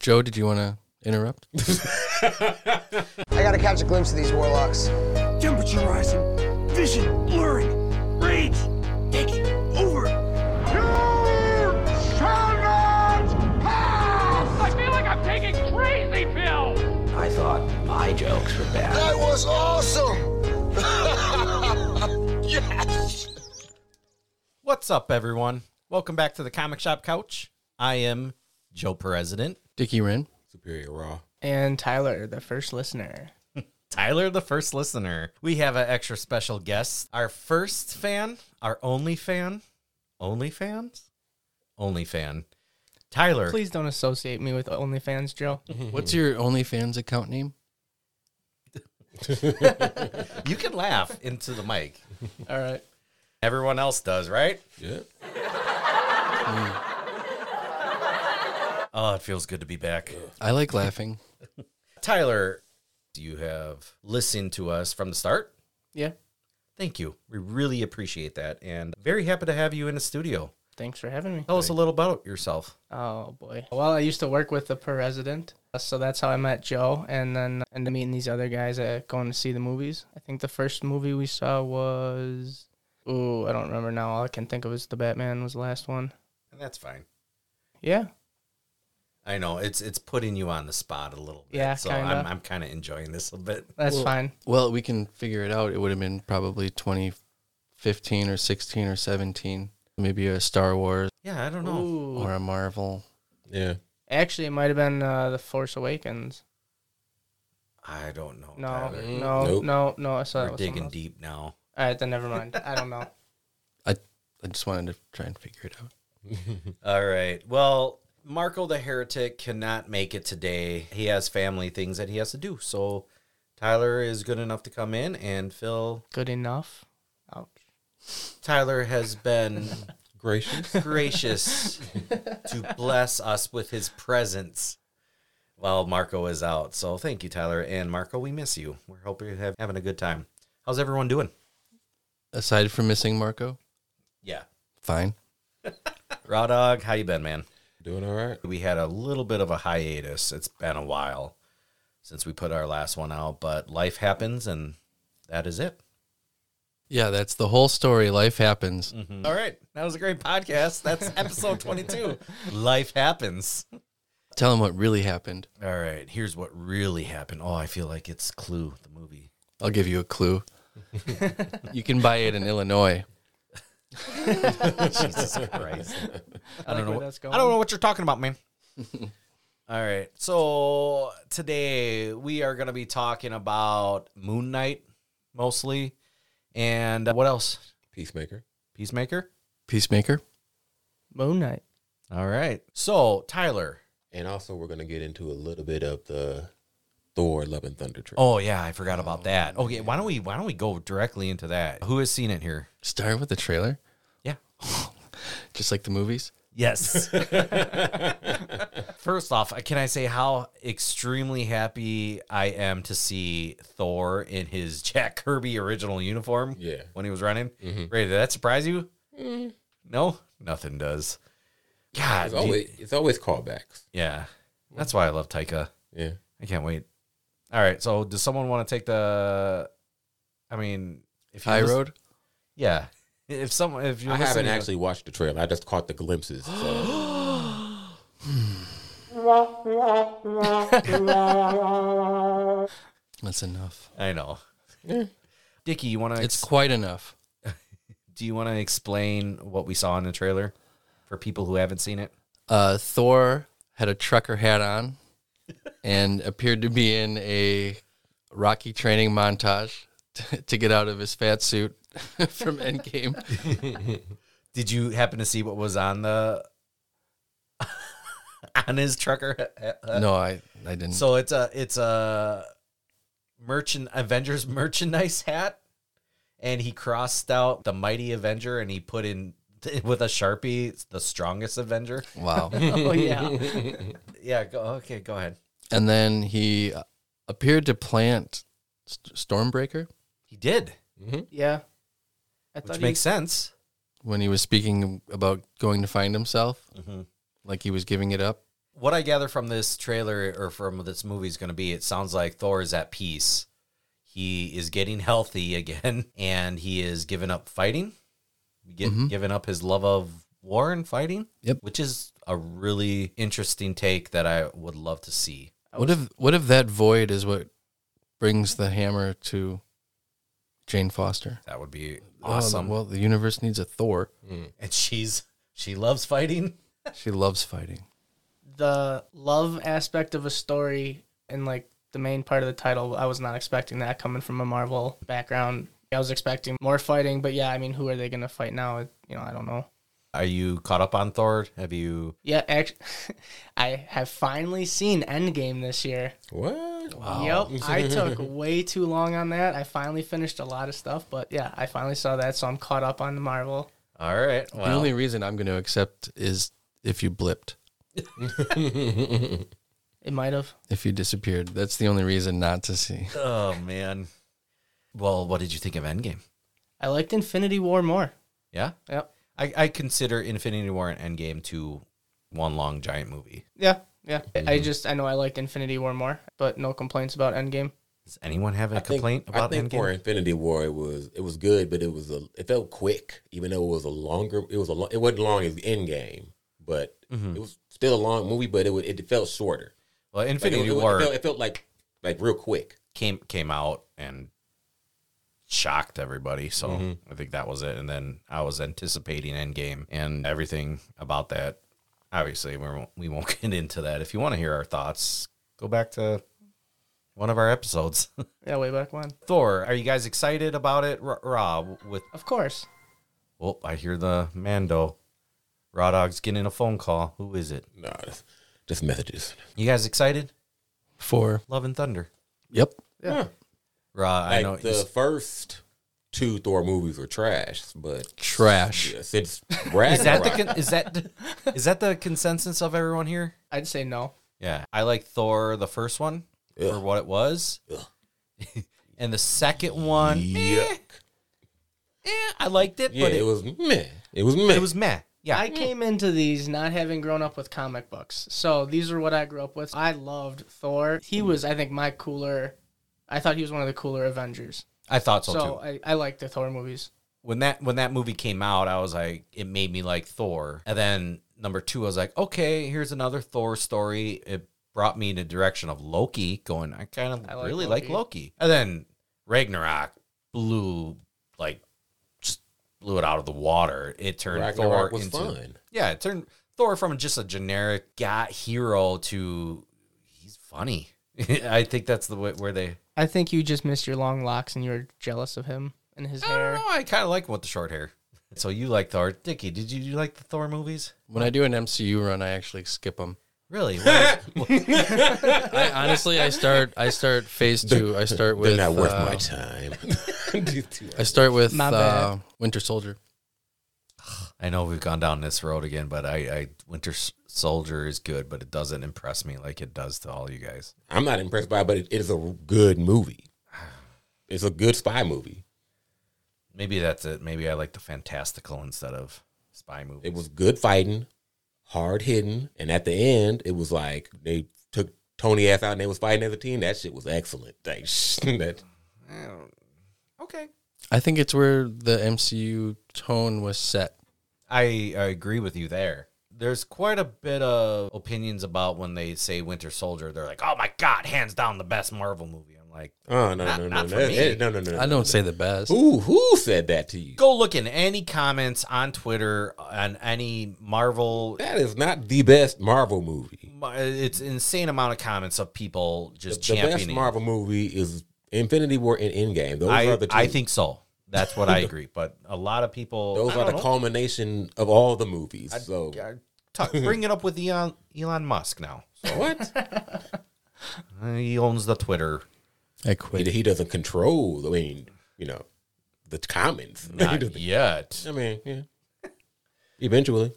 Joe, did you want to interrupt? I gotta catch a glimpse of these warlocks. Temperature rising, vision blurring, rage taking over. I feel like I'm taking crazy pills. I thought my jokes were bad. That was awesome! yes! What's up, everyone? Welcome back to the Comic Shop Couch. I am Joe President. Dickie Wren. Superior Raw. and Tyler, the first listener. Tyler, the first listener. We have an extra special guest. Our first fan, our only fan, only fans, only fan. Tyler, Please don't associate me with OnlyFans, Joe. Mm-hmm. What's your OnlyFans account name? you can laugh into the mic. All right. Everyone else does, right? Yeah. Oh, it feels good to be back. I like laughing. Tyler, you have listened to us from the start. Yeah. Thank you. We really appreciate that and very happy to have you in the studio. Thanks for having me. Tell us a little about yourself. Oh boy. Well, I used to work with the president, so that's how I met Joe, and then and meeting these other guys at going to see the movies. I think the first movie we saw was. Ooh, I don't remember now. All I can think of is the Batman was the last one. And that's fine. Yeah. I know it's it's putting you on the spot a little bit. Yeah, so kinda. I'm I'm kind of enjoying this a bit. That's fine. Well, we can figure it out. It would have been probably 2015 or 16 or 17. Maybe a Star Wars Yeah, I don't know. Ooh. or a Marvel. Yeah. Actually, it might have been uh, the Force Awakens. I don't know. No, Tyler. no, Nope. no, no. I saw that We're was someone digging else. deep now. All right, then never mind. I don't know. I I just wanted to try and figure it out. All right. Well, Marco the heretic cannot make it today. He has family things that he has to do. So Tyler is good enough to come in and Phil. Good enough. Ouch. Tyler has been Gracious. gracious to bless us with his presence while Marco is out. So thank you, Tyler. And Marco, we miss you. We're hoping you're hav- having a good time. How's everyone doing? Aside from missing Marco, Yeah. fine. Raw Dog, how you been, man? Doing all right. We had a little bit of a hiatus. It's been a while since we put our last one out, but life happens and that is it. Yeah, that's the whole story. Life happens. Mm-hmm. All right. That was a great podcast. That's episode 22. life happens. Tell him what really happened. All right. Here's what really happened. Oh, I feel like it's Clue, the movie. I'll give you a clue. you can buy it in Illinois. Jesus Christ. I, don't know where what- that's going. I don't know what you're talking about, man. All right. So today we are going to be talking about Moon Knight mostly. And uh, what else? Peacemaker. Peacemaker? Peacemaker? Moon Knight. All right. So, Tyler. And also, we're going to get into a little bit of the Thor Love and Thunder trip. Oh, yeah, I forgot about that. Okay, why don't we why don't we go directly into that? Who has seen it here? Start with the trailer, Yeah. just like the movies. Yes. First off, uh, can I say how extremely happy I am to see Thor in his Jack Kirby original uniform? Yeah. Mm-hmm. When he was running. Ray, did that surprise you? No? Nothing does. God. It's dude. always, it's always callbacks. yeah. That's why I love Taika. Yeah. I can't wait. All right. So, does someone want to take the. I mean, if you High listen- Road? Yeah. If someone. If you I haven't actually watched the trailer. I just caught the glimpses. So. That's enough. I know. Dickie, you want to. It's quite enough. do you want to explain what we saw in the trailer for people who haven't seen it? Uh, Thor had a trucker hat on and appeared to be in a Rocky training montage t- to get out of his fat suit from Endgame. Did you happen to see what was on the on his trucker? no, I, I didn't. So it's a it's a merchant Avengers merchandise hat, and he crossed out the mighty Avenger, and he put in with a sharpie the strongest Avenger. wow. Oh yeah. Yeah. Go, okay. Go ahead. and then he uh, appeared to plant St- Stormbreaker He did, yeah. I which thought makes sense. when he was speaking about going to find himself, like he was giving it up. what I gather from this trailer or from this movie is going to be it sounds like Thor is at peace. He is getting healthy again and he is giving up fighting, get, giving up his love of war and fighting. Mm-hmm. Yep. Which is a really interesting take that I would love to see. What if what if that void is what brings the hammer to Jane Foster? That would be Oh, awesome. well, the universe needs a Thor. and she's she loves fighting. She loves fighting. the love aspect of a story and like the main part of the title, I was not expecting that coming from a Marvel background. I was expecting more fighting, but yeah, I mean, who are they going to fight now? You know, I don't know. Are you caught up on Thor? Have you Yeah, actually, I have finally seen Endgame this year. What? Oh. Yep, I took way too long on that. I finally finished a lot of stuff, but yeah, I finally saw that, so I'm caught up on the Marvel. All right. the Well, only reason I'm going to accept is if you blipped, It might have. if you disappeared. That's the only reason not to see. oh man. Well, what did you think of Endgame? I liked Infinity War more. Yeah. Yep. I, I consider Infinity War and Endgame to one long giant movie. Yeah, yeah. I- I just I know I liked Infinity War more, but no complaints about Endgame. Does anyone have a I think- complaint I about think Endgame? for Infinity War, it was it was good, but it was a it felt quick, even though it was a longer. It was a lo- it wasn't long as Endgame, but it was still a long movie, but it would, it felt shorter. Mm-hmm. well, Like, it, Infinity it- it War felt, it felt like like real quick. came came out and shocked everybody. So Mm-hmm. I think that was it. And then I was anticipating Endgame and everything about that. Obviously, we won't, we won't get into that. If you want to hear our thoughts, go back to one of our episodes. Yeah, way back when. Thor, are you guys excited about it? Ra, Ra with Of course. oh, I hear the Mando. Raw Dog's getting a phone call. Who is it? Nah, that's- just messages. You guys excited? Four. Love and Thunder. Yep. Ra, I Like know the first two Thor movies were trash, but Trash. yeah, since is that the Ragnarok, con- is that is that the consensus of everyone here? I'd say no. Yeah, I like Thor the first one for Ugh. what it was, Ugh. and the second one, eh, yuck. eh, I liked it, Yeah, but it, it, was was meh. It was meh. it was meh. Yeah, I came into these not having grown up with comic books. So these are what I grew up with. I loved Thor. He was, I think, my cooler. I thought he was one of the cooler Avengers. I thought so, So too. I, I like the Thor movies. When that when that movie came out, I was like, it made me like Thor, and then number two, I was like, okay, here's another Thor story. It brought me in the direction of Loki, going, I kind of I like really like Loki. Loki, and then Ragnarok blew like just blew it out of the water. It turned Thor Ragnarok was into fun. Yeah, it turned Thor from just a generic guy hero to he's funny. I think that's the way where they. I think you just missed your long locks and you were jealous of him and his I don't hair. know. I kind of like him with the short hair. So you like Thor, Dickie? Did you, you like the Thor movies? When I do an MCU run, I actually skip them. Really? What is- I, honestly, I start. I start phase two. I start They're with. not worth uh, my time. These two uh, I start with My bad. uh, Winter Soldier. I know we've gone down this road again, but I, I Winter S- Soldier is good, but it doesn't impress me like it does to all you guys. I'm not impressed by it, but it, it is a good movie. It's a good spy movie. Maybe that's it. Maybe I like the fantastical instead of spy movies. It was good fighting, hard hitting, and at the end, it was like they took Tony ass out and they was fighting as a team. That shit was excellent. Like, that okay. I think it's where the MCU tone was set. I, I agree with you there. There's quite a bit of opinions about when they say Winter Soldier. They're like, "Oh my God, hands down the best Marvel movie." I'm like, oh no Not- no no not no for that- me. that- no no no. I don't say the best. Who who said that to you? go look in any comments on Twitter on any Marvel. That is not the best Marvel movie. It's insane amount of comments of people The, just the best championing. Marvel movie is Infinity War and Endgame. Those I, are the two. I think so. That's what I agree. But a lot of people those I are don't the know. culmination of all the movies. so Talk- bring it up with Elon Elon Musk now. what? Uh, He owns the Twitter. I he, quit. he doesn't control. I mean, you know, the comments. He Not doesn't- yet. I mean, yeah. Eventually,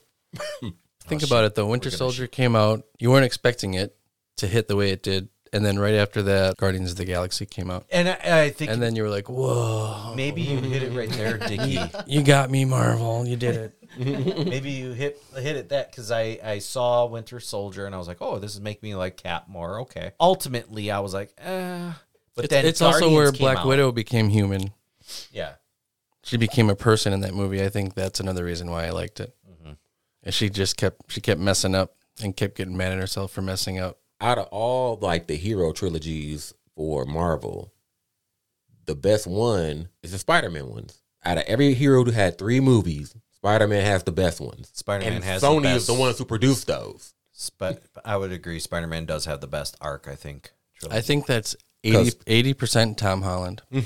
Oh, Think about it though. Winter Soldier came out. You weren't expecting it to hit the way it did, and and then right after that, Guardians of the Galaxy came out, And I, I think and then you were like, "Whoa, maybe you hit it right there, Dickie. you got me, Marvel! You did it." maybe you hit hit it that because I I saw Winter Soldier and I was like, oh, this is making me like Cap more. Okay. Ultimately, I was like, eh. But It's, then it's also Guardians where came Black out. Widow became human. Yeah. She became a person in that movie. I think that's another reason why I liked it. Mm-hmm. And she just kept she kept messing up and kept getting mad at herself for messing up. out of all like the hero trilogies for Marvel, the best one is the Spider Man ones. Out of every hero who had three movies, Spider Man has the best ones. Spider-Man And has the Sony best. is the ones who produced those. But I would agree, Spider Man does have the best arc. I think. I think that's 'Cause- 80 percent Tom Holland. I,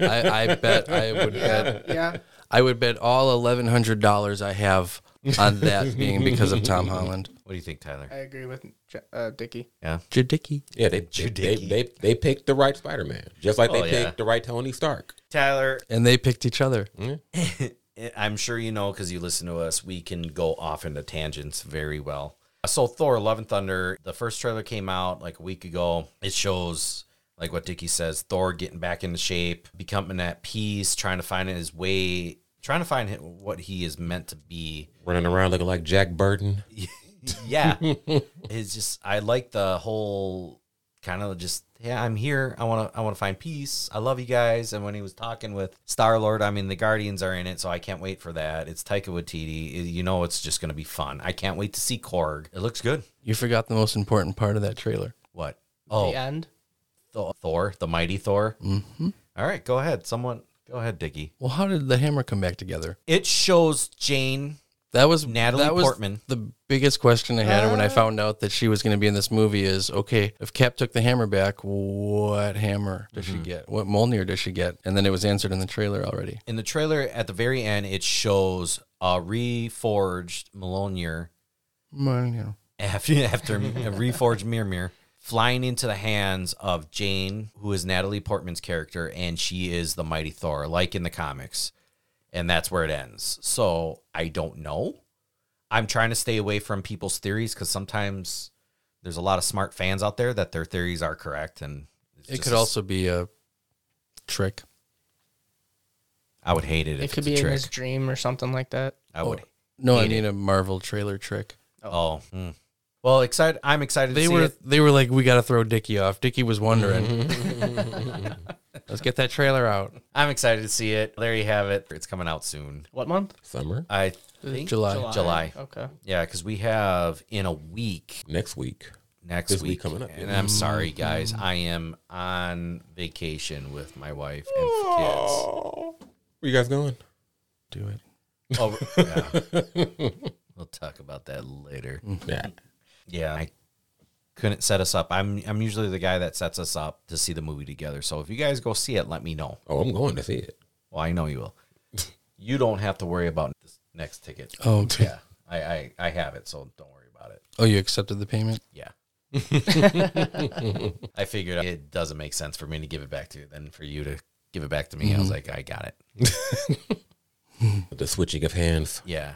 I bet I would bet Yeah. I would bet all eleven hundred dollars I have on that being because of Tom Holland. What do you think, Tyler? I agree with J- uh, Dickie. Jadicki. Yeah, they they, they Judicky. they they picked the right Spider Man, just like they Oh, picked yeah. the right Tony Stark. Tyler, And they picked each other. I'm sure you know because you listen to us. We can go off into tangents very well. So Thor: Love and Thunder, the first trailer came out like a week ago. It shows like what Dickie says: Thor getting back into shape, becoming at peace, trying to find his way, trying to find hi- what he is meant to be. Running around looking like Jack Burton. Yeah, it's just I like the whole kind of just yeah I'm here. I want to I want to find peace. I love you guys. And when he was talking with Star Lord, I mean the Guardians are in it, so I can't wait for that. It's Taika Waititi. It- You know it's just gonna be fun. I can't wait to see Korg. It looks good. You forgot the most important part of that trailer. What? Oh, The end. Tho- Thor, the mighty Thor. Mm-hmm. right, go ahead. Someone, go ahead, Dickie. Well, how did the hammer come back together? It shows Jane. That was Natalie that was Portman. The biggest question I had when I found out that she was going to be in this movie is okay, if Cap took the hammer back, what hammer does Mm-hmm. she get? What Mjolnir does she get? And then it was answered in the trailer already. In the trailer at the very end, it shows a reforged Mjolnir after after reforged Mirmir flying into the hands of Jane, who is Natalie Portman's character, and she is the mighty Thor, like in the comics. And that's where it ends. So I don't know. I'm trying to stay away from people's theories because sometimes there's a lot of smart fans out there that their theories are correct, and it's It just- could also be a trick. I would hate it. If It could it's a be in trick. his dream or something like that. I would. No, I mean a Marvel trailer trick. Oh. mm. Well, excited. I'm excited. They to see were it. they were like, we got to throw Dickie off. Dickie was wondering. Let's get that trailer out. I'm excited to see it. There you have it. It's coming out soon. What month? Summer I think July. July. Okay. Yeah, because we have in a week next week. next This week, week coming up, And yeah. I'm sorry, guys. I am on vacation with my wife and kids. Where you guys going? Do it. Oh, yeah. we'll talk about that later. Yeah. Yeah, I couldn't set us up. I'm I'm usually the guy that sets us up to see the movie together. So if you guys go see it, let me know. Oh, I'm going to see it. Well, I know you will. you don't have to worry about this next ticket. Oh, okay. Yeah, I, I I have it, so don't worry about it. Oh, you accepted the payment? Yeah. I figured it doesn't make sense for me to give it back to you than for you to give it back to me. I was like, I got it. The switching of hands. Uh, Yeah,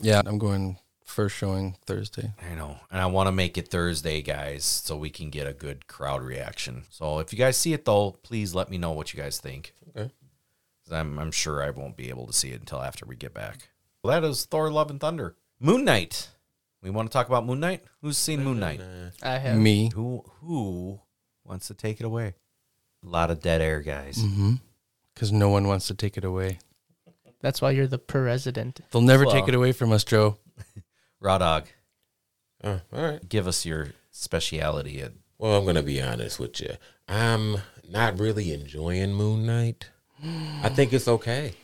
Yeah, I'm going first showing Thursday. I know. And I want to make it Thursday, guys, so we can get a good crowd reaction. So if you guys see it, though, please let me know what you guys think. Okay. 'Cause I'm, I'm sure I won't be able to see it until after we get back. Well, that is Thor, Love, and Thunder. Moon Knight. We want to talk about Moon Knight? Who's seen Moon Knight? I have. Me. Who, who wants to take it away? A lot of dead air, guys. because no one wants to take it away. That's why you're the president. They'll never Well- take it away from us, Joe. Raw Dog, Uh, all right. give us your speciality. Uh, At, Well, I'm gonna be honest with you. I'm not really enjoying Moon Knight. I think it's okay.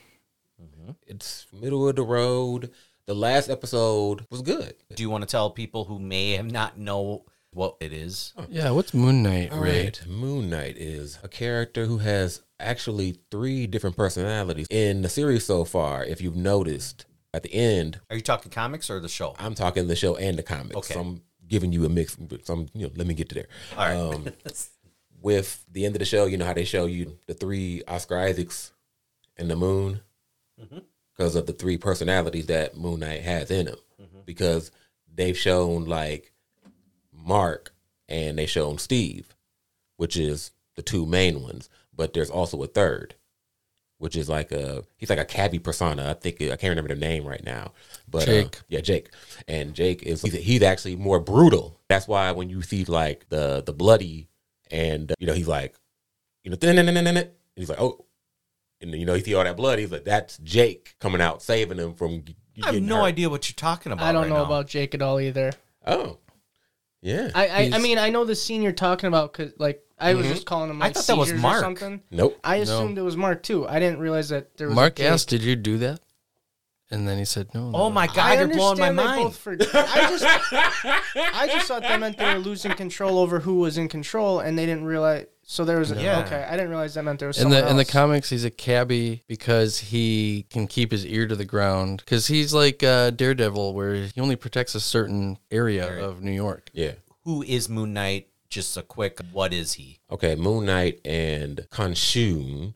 Mm-hmm. It's middle of the road. The last episode was good. do you want to tell people who may have not know what it is? Yeah, what's Moon Knight, All right. Moon Knight is a character who has actually three different personalities in the series so far. If you've noticed, at the end, Are you talking comics or the show? I'm talking the show and the comics. Okay. So I'm giving you a mix. So I'm, you know, let me get to there. All right. Um, with the end of the show, you know how they show you the three Oscar Isaacs and the moon Mm-hmm. because of the three personalities that Mm-hmm. Moon Knight has in him. Because they've shown like Mark and they shown Steve, which is the two main ones. But there's also a third, which is like a he's like a cabbie persona. I think I can't remember the name right now, but uh, Jake. yeah, Jake. And Jake is he's, he's actually more brutal. That's why when you see like the the bloody and uh, you know he's like you know and he's like oh. And then, you know, you see all that blood. He's like, "That's Jake coming out saving him from." g- I have getting no hurt." idea what you're talking about. I don't right know now. about Jake at all either. Oh, yeah. I I, I He's- mean I know the scene you're talking about because like I was just calling him. Mm-hmm. I Like, thought that was seizures or Mark. Something. nope. I assumed it was Mark too. I didn't realize that there was a Mark Jake. asked, "Did you do that?" And then he said, "No." Oh my god, I you're blowing my understand they mind. both for- I just I just thought that meant they were losing control over who was in control, and they didn't realize. So there was a, Yeah. okay. I didn't realize that meant there was In someone the in the else. comics, he's a cabbie because he can keep his ear to the ground because he's like uh, Daredevil, where he only protects a certain area of New York. Yeah. Who is Moon Knight? Just a quick, what is he? Okay. Moon Knight and Khonshu,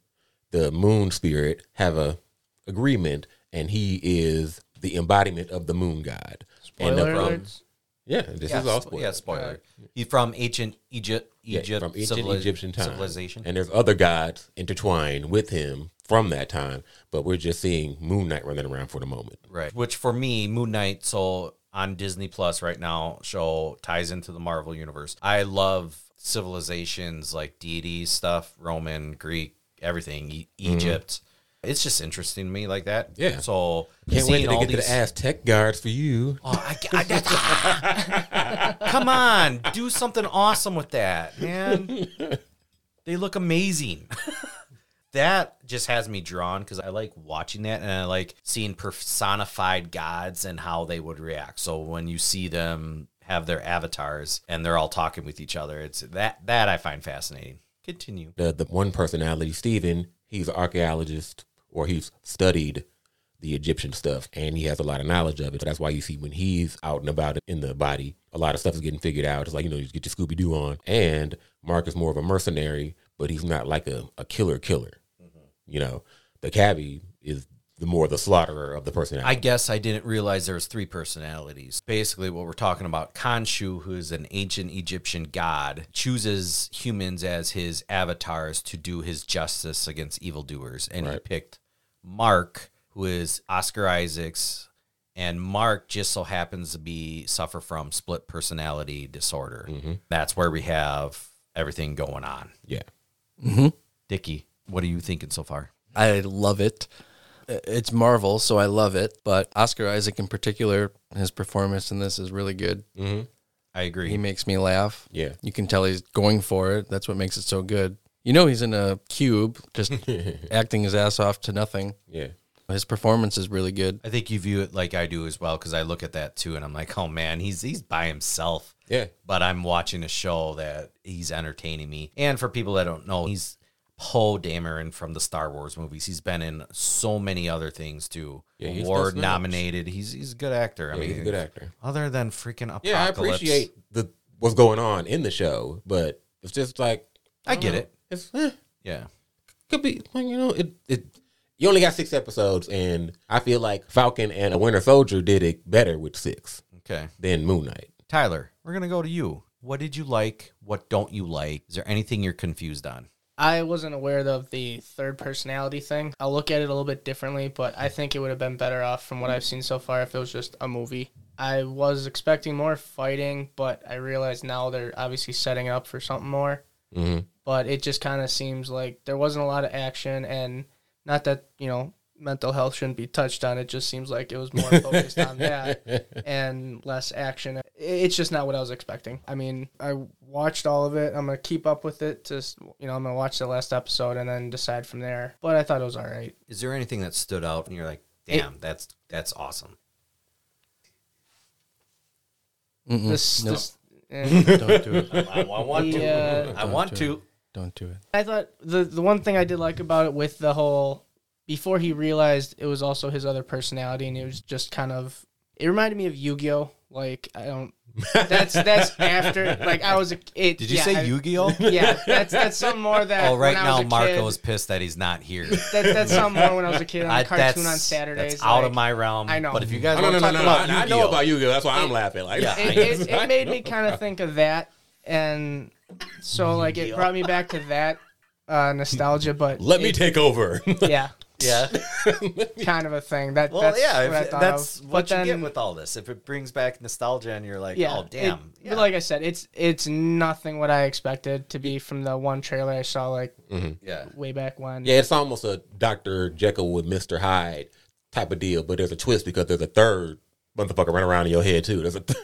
the Moon Spirit, have a agreement, and he is the embodiment of the Moon God. and Spoiler the- from- alerts? Yeah, this yeah, is all spo- spoiler. Oh, Yeah, spoiler. He's from ancient Egypt. Yeah, Egypt from ancient civili- Egyptian time. civilization. And there's other gods intertwined with him from that time, but we're just seeing Moon Knight running around for the moment. Right. Which for me, Moon Knight, so on Disney Plus right now, show ties into the Marvel universe. I love civilizations like deity stuff, Roman, Greek, everything, e- Egypt. It's just interesting to me like that. Mm-hmm. Yeah. So Can't wait seeing till they all get to these- the Aztec guards for you. Oh, I, I- that's- come on, do something awesome with that, man. They look amazing. that just has me drawn because I like watching that and I like seeing personified gods and how they would react. So when you see them have their avatars and they're all talking with each other, it's that that I find fascinating. Continue. the the one personality, Stephen, he's an archaeologist or he's studied the Egyptian stuff and he has a lot of knowledge of it. That's why you see when he's out and about in the body, a lot of stuff is getting figured out. It's like, you know, you get your Scooby Doo on. And Mark is more of a mercenary, but he's not like a, a killer killer. You know, the cabbie is the more the slaughterer of the I personality. guess I didn't realize there was three personalities. Basically, what we're talking about, Khonshu, who is an ancient Egyptian god, chooses humans as his avatars to do his justice against evildoers, and he picked Mark, who is Oscar Isaac's, and Mark just so happens to be suffer from split personality disorder. That's where we have everything going on. yeah. Dickie, what are you thinking so far? I love it. I- It's Marvel, so I love it. But Oscar Isaac, in particular, his performance in this is really good. I agree. He makes me laugh. Yeah. You can tell he's going for it. That's what makes it so good. You know, he's in a cube, just acting his ass off to nothing. Yeah. His performance is really good. I think you view it like I do as well because I look at that too and I'm like, oh man, he's he's by himself. Yeah. But I'm watching a show that he's entertaining me. And for people that don't know, he's Poe Dameron from the Star Wars movies. He's been in so many other things too. Yeah, he's Award done nominated. He's he's a good actor. I Yeah, mean, he's a good actor. Other than freaking apocalypse, Yeah, I appreciate the what's going on in the show, but it's just like I get it. it's eh. Yeah. could be well, you know it, it you only got six episodes and i feel like falcon and a winter soldier did it better with six Okay. than moon knight Tyler, we're gonna go to you. What did you like? What don't you like? Is there anything you're confused on? I wasn't aware of the third personality thing. I'll look at it a little bit differently, but I think it would have been better off from what I've seen so far if it was just a movie. I was expecting more fighting, but I realize now they're obviously setting up for something more. Mhm. But it just kind of seems like there wasn't a lot of action, and not that, you know, mental health shouldn't be touched on. It just seems like it was more focused on that and less action. I- It's just not what I was expecting. I mean, I watched all of it. I'm gonna keep up with it. Just you know, I'm gonna watch the last episode and then decide from there. But I thought it was all right. Is there anything that stood out and you're like, damn, that's that's awesome? Mm, Mm-mm. This, No. this eh. Don't do it. I want to. Yeah. I want to. Don't do it. I thought the the one thing I did like about it with the whole before he realized it was also his other personality, and it was just kind of it reminded me of Yu Gi Oh. Like I don't. That's that's after like I was a it. Did you yeah, say I- Yu-Gi-Oh? Yeah, that's that's something more that. Oh, right when I was now a Marco kid- is pissed that he's not here. That, that's something more when I was a kid on I- a cartoon on Saturdays. That's out like, of my realm. I know. But if you guys i want don't to know talk no, no, about I, I Yu-Gi-Oh, know about you that's why i'm laughing like Yeah. It, it, it made me kind of think of that and so like it brought me back to that uh, nostalgia. But Let me it- take over. yeah, Yeah. kind of a thing. That Well, that's yeah. what I If, thought that's of. what but you then, get with all this. If it brings back nostalgia and you're like, yeah, oh, damn. it- yeah. but Like I said, it's it's nothing what I expected to be from the one trailer I saw like yeah. way back when. yeah, it's almost a Dr. Jekyll with Mr. Hyde type of deal, but there's a twist because there's a third motherfucker running around in your head too. There's a th-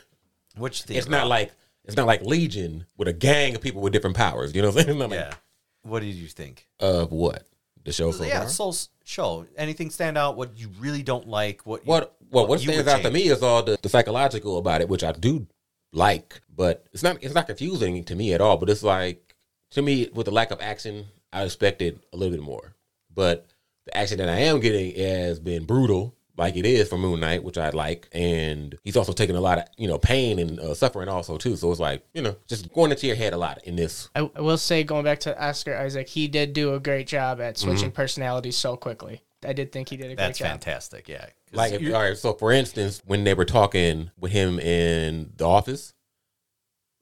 Which thing? it's not like it's not like Legion with a gang of people with different powers. You know what I'm saying? Not like, Yeah. What did you think? Of what? The show so yeah, far? Soul Show. Anything stand out? What you really don't like? What? You, What well, what you would stands out to change. me is all the, the psychological about it, which I do like, but it's not it's not confusing to me at all. But it's like to me with the lack of action, I expected a little bit more. But the action that I am getting has been brutal, like it is for Moon Knight, which I like, and he's also taking a lot of you know pain and uh, suffering also too. So it's like you know just going into your head a lot in this. I, I will say, going back to Oscar Isaac, he did do a great job at switching personalities so quickly. I did think he did a Mm-hmm. That's great job. fantastic. Yeah. 'Cause Like, uh, if, all you- right, so for instance, when they were talking with him in the office,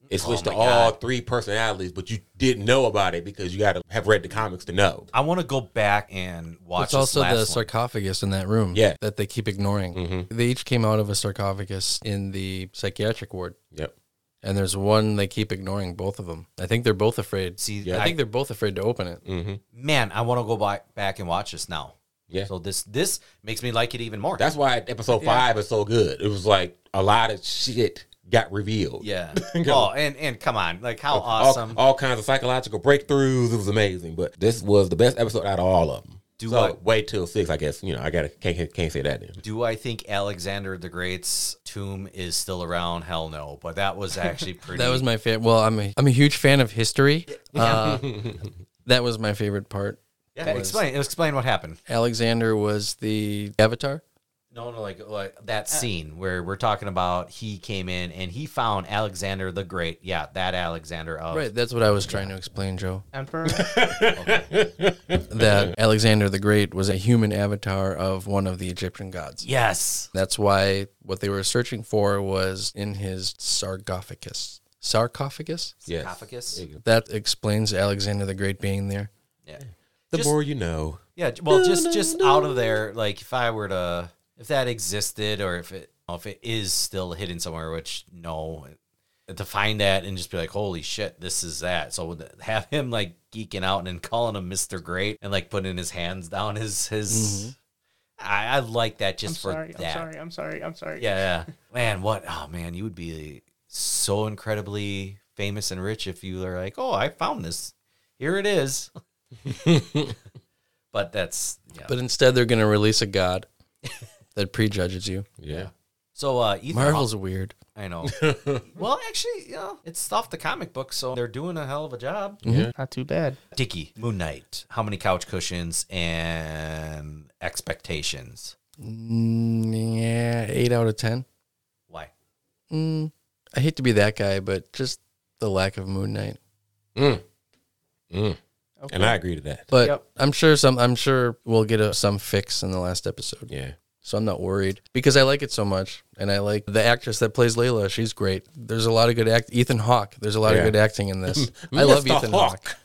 it switched to Oh my all God. three personalities, but you didn't know about it because you got to have read the comics to know. I want to go back and watch. It's also the this last one. sarcophagus in that room Yeah. Mm-hmm. that they keep ignoring. Mm-hmm. They each came out of a sarcophagus in the psychiatric ward. Yep. And there's one they keep ignoring, both of them. I think they're both afraid. See, I, think they're both afraid to open it. Mm-hmm. man, I want to go back back and watch this now. Yeah. So this this makes me like it even more. That's why episode five is so good. It was like a lot of shit got revealed. yeah. oh, and and come on, like how All- awesome. All, kinds of psychological breakthroughs. It was amazing, but this was the best episode out of all of them. Do so what? wait till six, I guess. You know, I gotta can't can't say that then. Do I think Alexander the Great's tomb is still around? Hell no. But that was actually pretty. That was my favorite. Well, I'm a, I'm a huge fan of history. Uh, that was my favorite part. yeah, explain. Explain what happened. Alexander was the avatar. No, no, like like uh, that scene where we're talking about he came in and he found Alexander the Great. Yeah, that Alexander of Right. That's what I was trying to explain, Joe. Emperor. That Alexander the Great was a human avatar of one of the Egyptian gods. Yes. That's why what they were searching for was in his sarcophagus. Sarcophagus? Yes. Sarcophagus. That explains Alexander the Great being there. Yeah. The Just- more you know. Yeah, j- well, just just out of there. Like if I were to, if that existed, or if it, if it is still hidden somewhere, which no, to find that and just be like, holy shit, this is that. So th- have him like geeking out and then calling him Mister Great and like putting his hands down his his. I, I like that Mm-hmm. I'm just for sorry. I'm that. sorry. I'm sorry. I'm sorry. Yeah, yeah, man, what? Oh man, you would be so incredibly famous and rich if you were like, oh, I found this. Here it is. but that's yeah. But instead, they're going to release a god that prejudges you. Yeah. So uh Ethan Marvel's Hawke- weird. I know. well, actually, you know, it's off the comic book, so they're doing a hell of a job. Not too bad. Dicky, Moon Knight, how many couch cushions and expectations? Mm, yeah, eight out of 10. Why? Mm, I hate to be that guy, but just the lack of Moon Knight. And I agree to that. But Yep. I'm sure some. I'm sure we'll get a, some fix in the last episode. Yeah. So I'm not worried because I like it so much, and I like the actress that plays Layla. She's great. There's a lot of good act. Ethan Hawke. There's a lot Yeah. of good acting in this. I love Mr. Ethan Hawke. Hawke.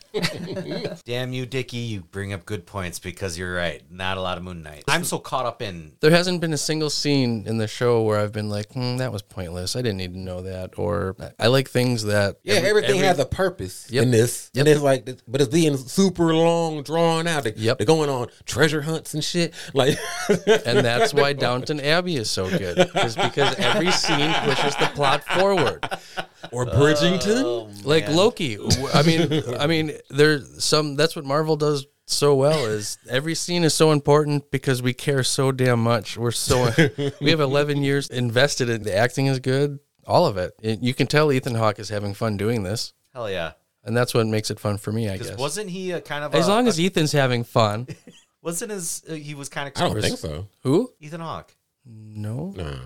Damn you, Dicky, you bring up good points because you're right. Not a lot of Moon Knight. I'm so caught up in There hasn't been a single scene in the show where I've been like, hmm, "That was pointless. I didn't need to know that." Or I like things that. Yeah, everything has a purpose Yep. in this, Yep. and it's like, but it's being super long, drawn out. They, Yep. they're going on treasure hunts and shit. Like, and that's why Downton Abbey is so good, is because every scene pushes the plot forward. or Bridgington. like Loki. w- I mean, I mean, there's some. That's what Marvel does so well is every scene is so important because we care so damn much. We're so we have 11 years invested in the acting is good, all of it. And you can tell Ethan Hawke is having fun doing this, hell yeah. and that's what makes it fun for me, I Because guess. wasn't he a kind of as a- long as a- Ethan's having fun, wasn't his uh, he was kind of I don't think so. who? Ethan Hawke. No, Nah,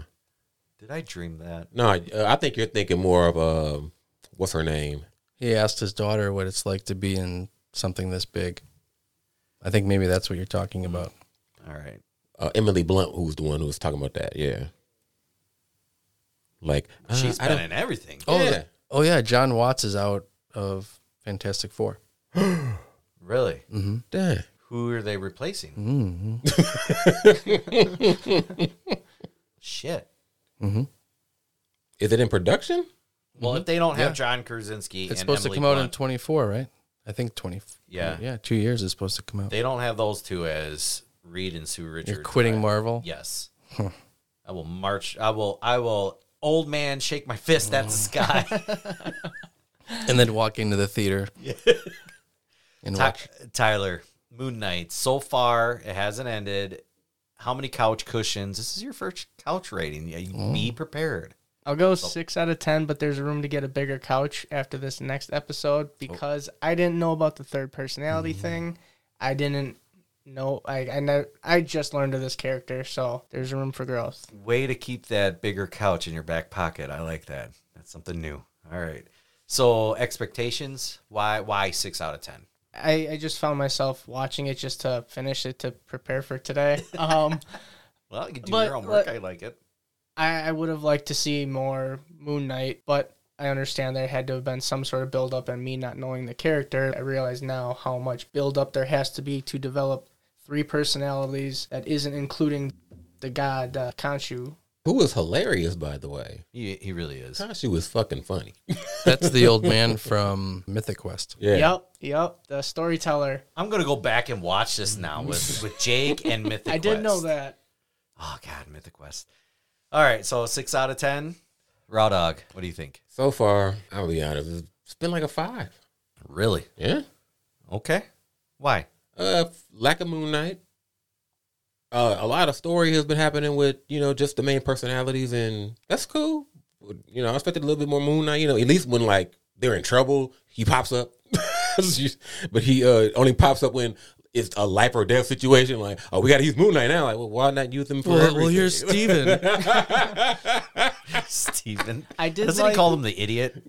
Did I dream that? no. Uh, I think you're thinking more of um, what's her name? he asked his daughter what it's like to be in something this big. I think maybe that's what you're talking Mm-hmm. about. All right. Uh, Emily Blunt, who's the one who was talking about that. Yeah, like uh, She's I been don't- in everything. Uh, Oh, Yeah. the- Oh yeah, John Watts is out of Fantastic Four. Really? Mm-hmm. Dang. Who are they replacing? Mm-hmm. Shit. Is it in production? Well, if they don't Mm-hmm. have Yeah. John Krasinski, It's and supposed Emily to come out in Blunt, 24, right? I think 20. Yeah. yeah, two years is supposed to come out. they don't have those two as Reed and Sue Richards. You're quitting but- Marvel. Yes. I will march. I will. I will. Old man, shake my fist at the sky. and then walk into the theater and Ty- watch. Tyler, Moon Knight. So far, it hasn't ended. How many couch cushions? This is your first couch rating. Yeah, you be prepared. I'll Oh. go six out of ten, but there's room to get a bigger couch after this next episode Oh. because I didn't know about the third Mm. personality thing. I didn't know. I I, ne- I just learned of this character, so there's room for growth. Way to keep that bigger couch in your back pocket. I like that. That's something new. All right. So expectations. Why? Why six out of ten? I, I just found myself watching it just to finish it to prepare for today. Um, Well, you can do But- your own work. but- I like it. I, I would have liked to see more Moon Knight, but I understand there had to have been some sort of build up and me not knowing the character. I realize now how much build up there has to be to develop three personalities that isn't including the god uh, Khonshu. Who was hilarious, by the way. He, he really is. Tashi was fucking funny. That's the old man from Mythic Quest. Yeah. Yep, yep, the storyteller. I'm gonna go back and watch this now with with Jake and Mythic. I did know Quest. that. Oh God, Mythic Quest. All right, so six out of ten. Raw Dog, what do you think? So far, I'll be honest, it's been like a five. Really? Yeah. Okay. Why? Uh, lack of Moon Knight. Uh, a lot of story has been happening with you know just the main personalities, and that's cool. You know, I expected a little bit more Moon Knight. You know, at least when like they're in trouble, he pops up. but he uh only pops up when it's a life or death situation. Like, oh, we got to use Moon Knight now. Like, well, why not use him for Well, everything? well, here's Steven. Steven. I did Doesn't like- he call him the idiot?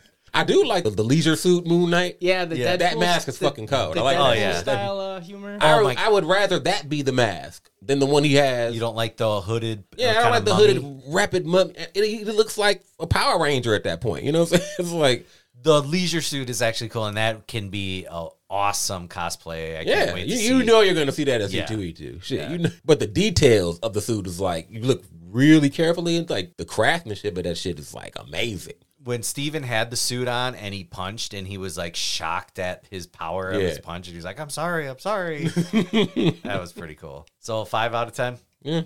I do like the, the leisure suit Moon Knight. Yeah, the Yeah, Deadpool, that mask is the- fucking cold. The I like. Deadpool Oh, yeah. style uh, humor. I, Oh, would- my- I would rather that be the mask than the one he has. You don't like the hooded. uh, Yeah, I kinda don't like the mummy? hooded rapid mummy. It, it looks like a Power Ranger at that point. You know what I'm saying? It's like, The leisure suit is actually cool, and that can be an awesome cosplay. I yeah, can't wait you, to you see. know you're going to see that as Yeah. C2E2. Shit, you know. But the details of the suit is like, you look really carefully and like the craftsmanship of that shit is like amazing. when Steven had the suit on and he punched and he was like shocked at his power of Yeah. his punch and he was like, I'm sorry, I'm sorry. that was pretty cool. So five out of ten? Yeah.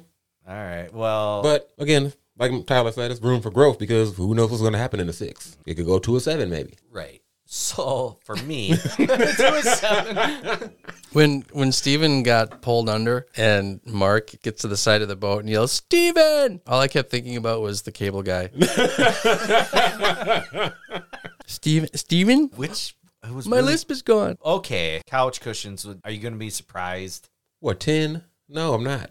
All right. Well But again, like Tyler said, it's room for growth because who knows what's going to happen in a six. It could go to a seven, maybe. right. So for me, When when Steven got pulled under and Mark gets to the side of the boat and yells, Steven! All I kept thinking about was the cable guy. Steven, Steven, which I was my really- lisp is gone. Okay. Couch cushions. Are you gonna be surprised? What, 10? No, I'm not.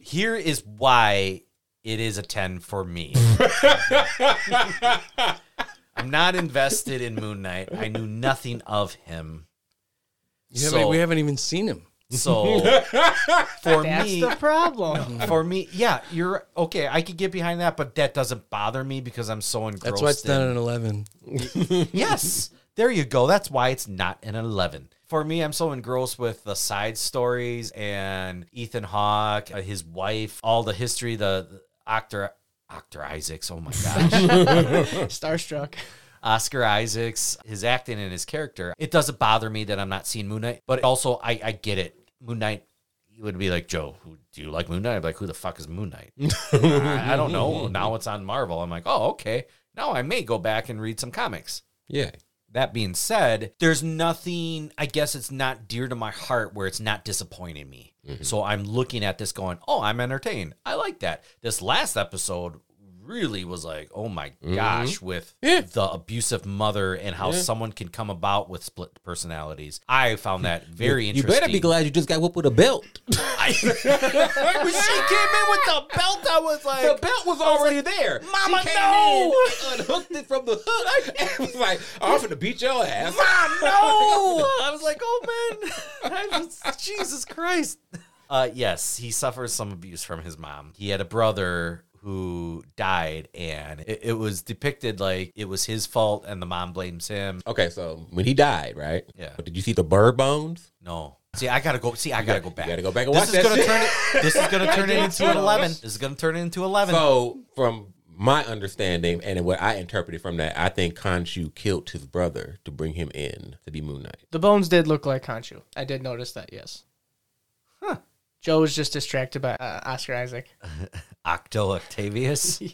Here is why it is a 10 for me. I'm not invested in Moon Knight. I knew nothing of him. You haven't- e, So- we haven't even seen him. So for That's me, the problem. for me, yeah, you're okay. I could get behind that, but that doesn't bother me because I'm so engrossed. That's why it's not in- an 11. yes, there you go. That's why it's not an eleven. For me, I'm so engrossed with the side stories and Ethan Hawke, uh, his wife, all the history, the, the actor, actor Isaacs. Oh my gosh. Starstruck. Oscar Isaacs, his acting and his character. It doesn't bother me that I'm not seeing Moon Knight, but also I, I get it. Moon Knight, you would be like, Joe, who, do you like Moon Knight? I'd be like, who the fuck is Moon Knight? I, I don't know. Now it's on Marvel. I'm like, oh, okay. Now I may go back and read some comics. Yeah. That being said, there's nothing, I guess it's not dear to my heart where it's not disappointing me. Mm-hmm. So I'm looking at this going, oh, I'm entertained. I like that. This last episode really was like, oh my gosh, with Mm-hmm. Yeah. the abusive mother and how someone can come about with split personalities. I found that very You interesting. better be glad you just got whipped with a belt. I, when she came in with the belt, I was like, the belt was already there. Mama, she came no! in and unhooked it from the hook and was like, "Oh, "I'm finna beat your ass." no! I was like, oh man, I was, Jesus Christ. Uh, yes, he suffers some abuse from his mom. He had a brother who died, and it, it was depicted like it was his fault, and the mom blames him. Okay, so when he died, right? Yeah. But did you see the bird bones? No, see, I gotta go. See, I gotta, go back. gotta go back and this watch is that gonna shit. turn it. This is gonna turn it did into see those. eleven. This is gonna turn it into eleven. So, from my understanding and what I interpreted from that, I think Khonshu killed his brother to bring him in to be Moon Knight. The bones did look like Conchu. I did notice that. Yes. Huh. Joe was just distracted by uh, Oscar Isaac. Octo Octavius. Yeah.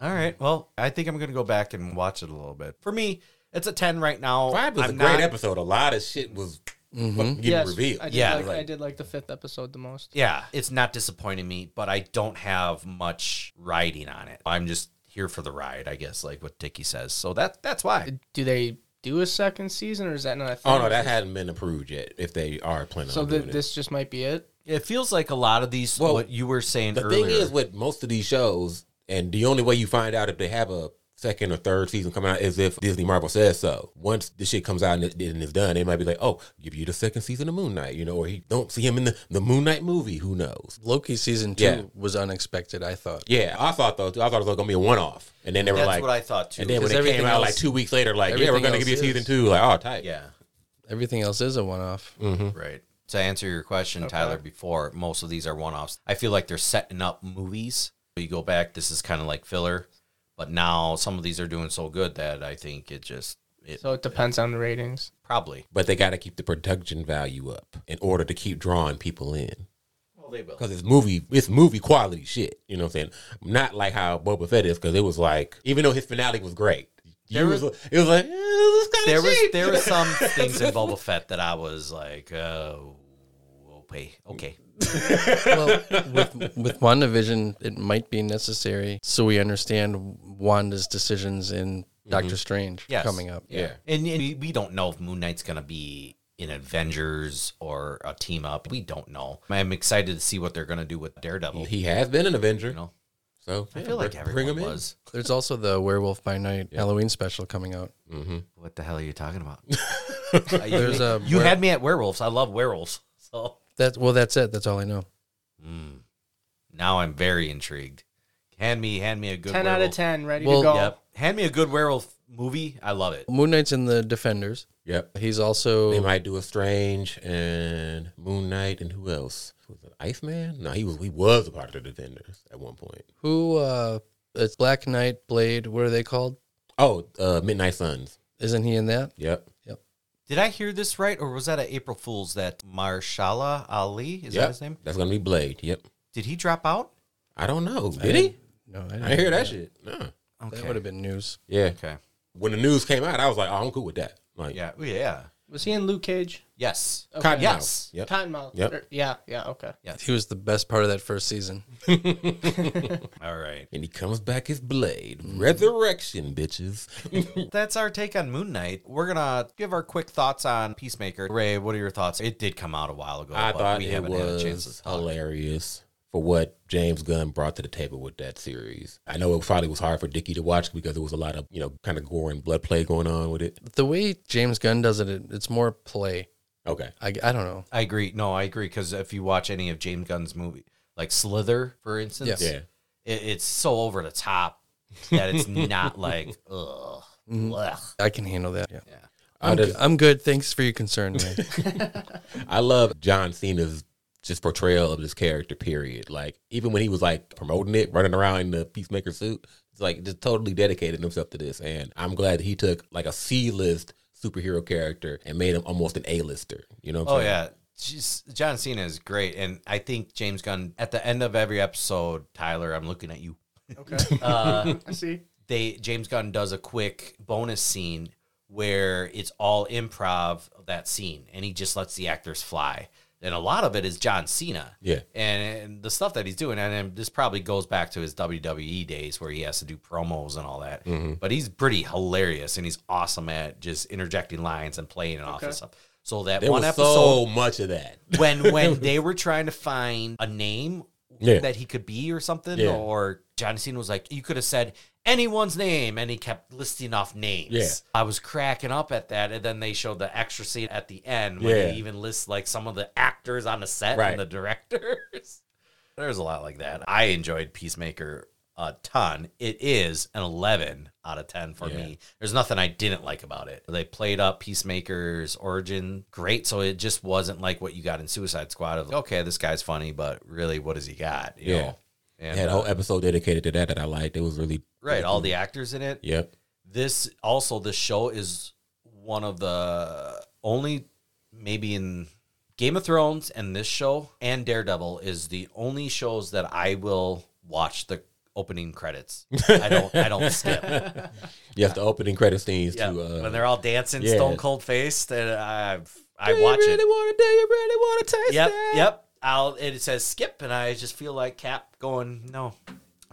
All right. Well, I think I'm gonna go back and watch it a little bit. For me, it's a ten right now. Oh, Five was I'm a great not- episode. A lot of shit was fucking getting Yes, revealed. I did Yeah, like, like- I did like the fifth episode the most. Yeah, it's not disappointing me, but I don't have much riding on it. I'm just here for the ride, I guess, like what Dickie says. So that that's why. Do they do a second season or is that not a thing? Oh no, that hadn't been approved yet. If they are planning So on th- doing this just might be it. It feels like a lot of these Well, what you were saying it. The earlier. thing is, with most of these shows, and the only way you find out if they have a second or third season coming out is if Disney Marvel says so. Once the shit comes out and, it, and it's done, they might be like, "Oh, give you the second season of Moon Knight," you know, or you don't see him in the, the Moon Knight movie. Who knows? Loki season two Yeah. was unexpected. I thought. Yeah, I thought though. too. I thought it was gonna be a one off, and then they were that's like, what I thought too. and then when 'Cause it came everything out else- like two weeks later, like, "Yeah, we're everything gonna give you else season is- two. Like, "Oh, tight." yeah. Everything else is a one-off. Right. To answer your question, Tyler, before most of these are one offs, I feel like they're setting up movies. You go back, this is kind of like filler, but now some of these are doing so good that I think it just, it So it depends on the ratings. probably. But they got to keep the production value up in order to keep drawing people in. Well, they will. because it's movie it's movie quality shit. You know what I'm saying? Not like how Boba Fett is because it was like even though his finale was great, There there was, was- it was like eh, this kind There of was cheap. there were some things in Boba Fett that I was like, oh, okay, okay. well, with with WandaVision, it might be necessary so we understand Wanda's decisions in Doctor Strange Yes. coming up. yeah. And, and we- we don't know if Moon Knight's going to be in Avengers or a team up. We don't know. I'm excited to see what they're going to do with Daredevil. He has been an Avenger, You know, so I feel like everyone him in. was. There's also the Werewolf by Night Halloween special coming out. Mm-hmm, What the hell are you talking about? Uh, you There's a you were- had me at werewolves. I love werewolves. So That well, that's it. That's all I know. now I'm very intrigued. Hand me, hand me a good ten out werewolf. of ten, ready Well, to go. Yep. Hand me a good werewolf movie. I love it. Moon Knight's in the Defenders. Yep, He's they also might do a Strange and Moon Knight and who else? Was it Iceman? No, he was he was a part of the Defenders at one point. who uh it's Black Knight, Blade, what are they called? Oh, uh, Midnight Suns. Isn't he in that? Yep, Did I hear this right, or was that an April Fool's? That Marshala Ali is yep. that his name? That's gonna be Blade. Yep. Did he drop out? I don't know. Did he? No, I didn't, I didn't hear that shit. No. That would have been news. Yeah. Okay. When the news came out, I was like, oh, I'm cool with that. Like, Yeah. Ooh, Yeah. Was he in Luke Cage? Yes. Cottonmouth. Yes. Yep. Cottonmouth. Yep. Or- yeah. Yeah. Okay. He was the best part of that first season. All right. And he comes back as Blade. Resurrection, bitches. That's our take on Moon Knight. We're gonna give our quick thoughts on Peacemaker. Ray, what are your thoughts? It did come out a while ago. I but thought we it haven't had a chance to was talk. hilarious for what James Gunn brought to the table with that series. I know it probably was hard for Dickie to watch because there was a lot of, you know, kind of gore and blood play going on with it. The way James Gunn does it, it it's more play. Okay. I, I don't know. I agree. No, I agree because if you watch any of James Gunn's movie, like Slither, for instance, Yes. Yeah. it, it's so over the top that it's not like ugh. Mm-hmm. blech. I can handle that. Yeah. I, I'm, just, g- I'm good. Thanks for your concern, man. I love John Cena's just portrayal of this character, period. Like, even when he was like promoting it, running around in the Peacemaker suit, it's like just totally dedicated himself to this. And I'm glad that he took like a C list superhero character and made him almost an A lister. You know what I'm Oh saying? yeah. She's, John Cena is great, and I think James Gunn. At the end of every episode, Tyler, I'm looking at you. Okay. Uh, I see. they James Gunn does a quick bonus scene where it's all improv of that scene and he just lets the actors fly. And a lot of it is John Cena. Yeah. And, and the stuff that he's doing, and, then this probably goes back to his WWE days where he has to do promos and all that. Mm-hmm. But he's pretty hilarious and he's awesome at just interjecting lines and playing it off and stuff. So that There one was episode so much of that. when when they were trying to find a name Yeah. that he could be or something, Yeah. or John Cena was like, you could have said anyone's name, and he kept listing off names. Yeah. I was cracking up at that, and then they showed the extra scene at the end when Yeah. they even list like some of the actors on the set Right. and the directors. There's a lot like that. I enjoyed Peacemaker. a ton. It is an 11 out of 10 for me. There's nothing I didn't like about it. They played up Peacemaker's origin great, so it just wasn't like what you got in Suicide Squad of, okay, this guy's funny, but really, what does he got? You Yeah. know? I And, had uh, a whole episode dedicated to that that I liked. It was really right, all the actors in it. Yep. This also, this show is one of the only, maybe in Game of Thrones and this show and Daredevil is the only shows that I will watch the opening credits. I don't, I don't skip. Yes, the opening credit scenes Yeah, to uh, when they're all dancing, yeah. stone cold faced, and I, I watch you it. really want to do you really want to taste Yep, that? yep. I'll and it says skip, and I just feel like Cap going, no,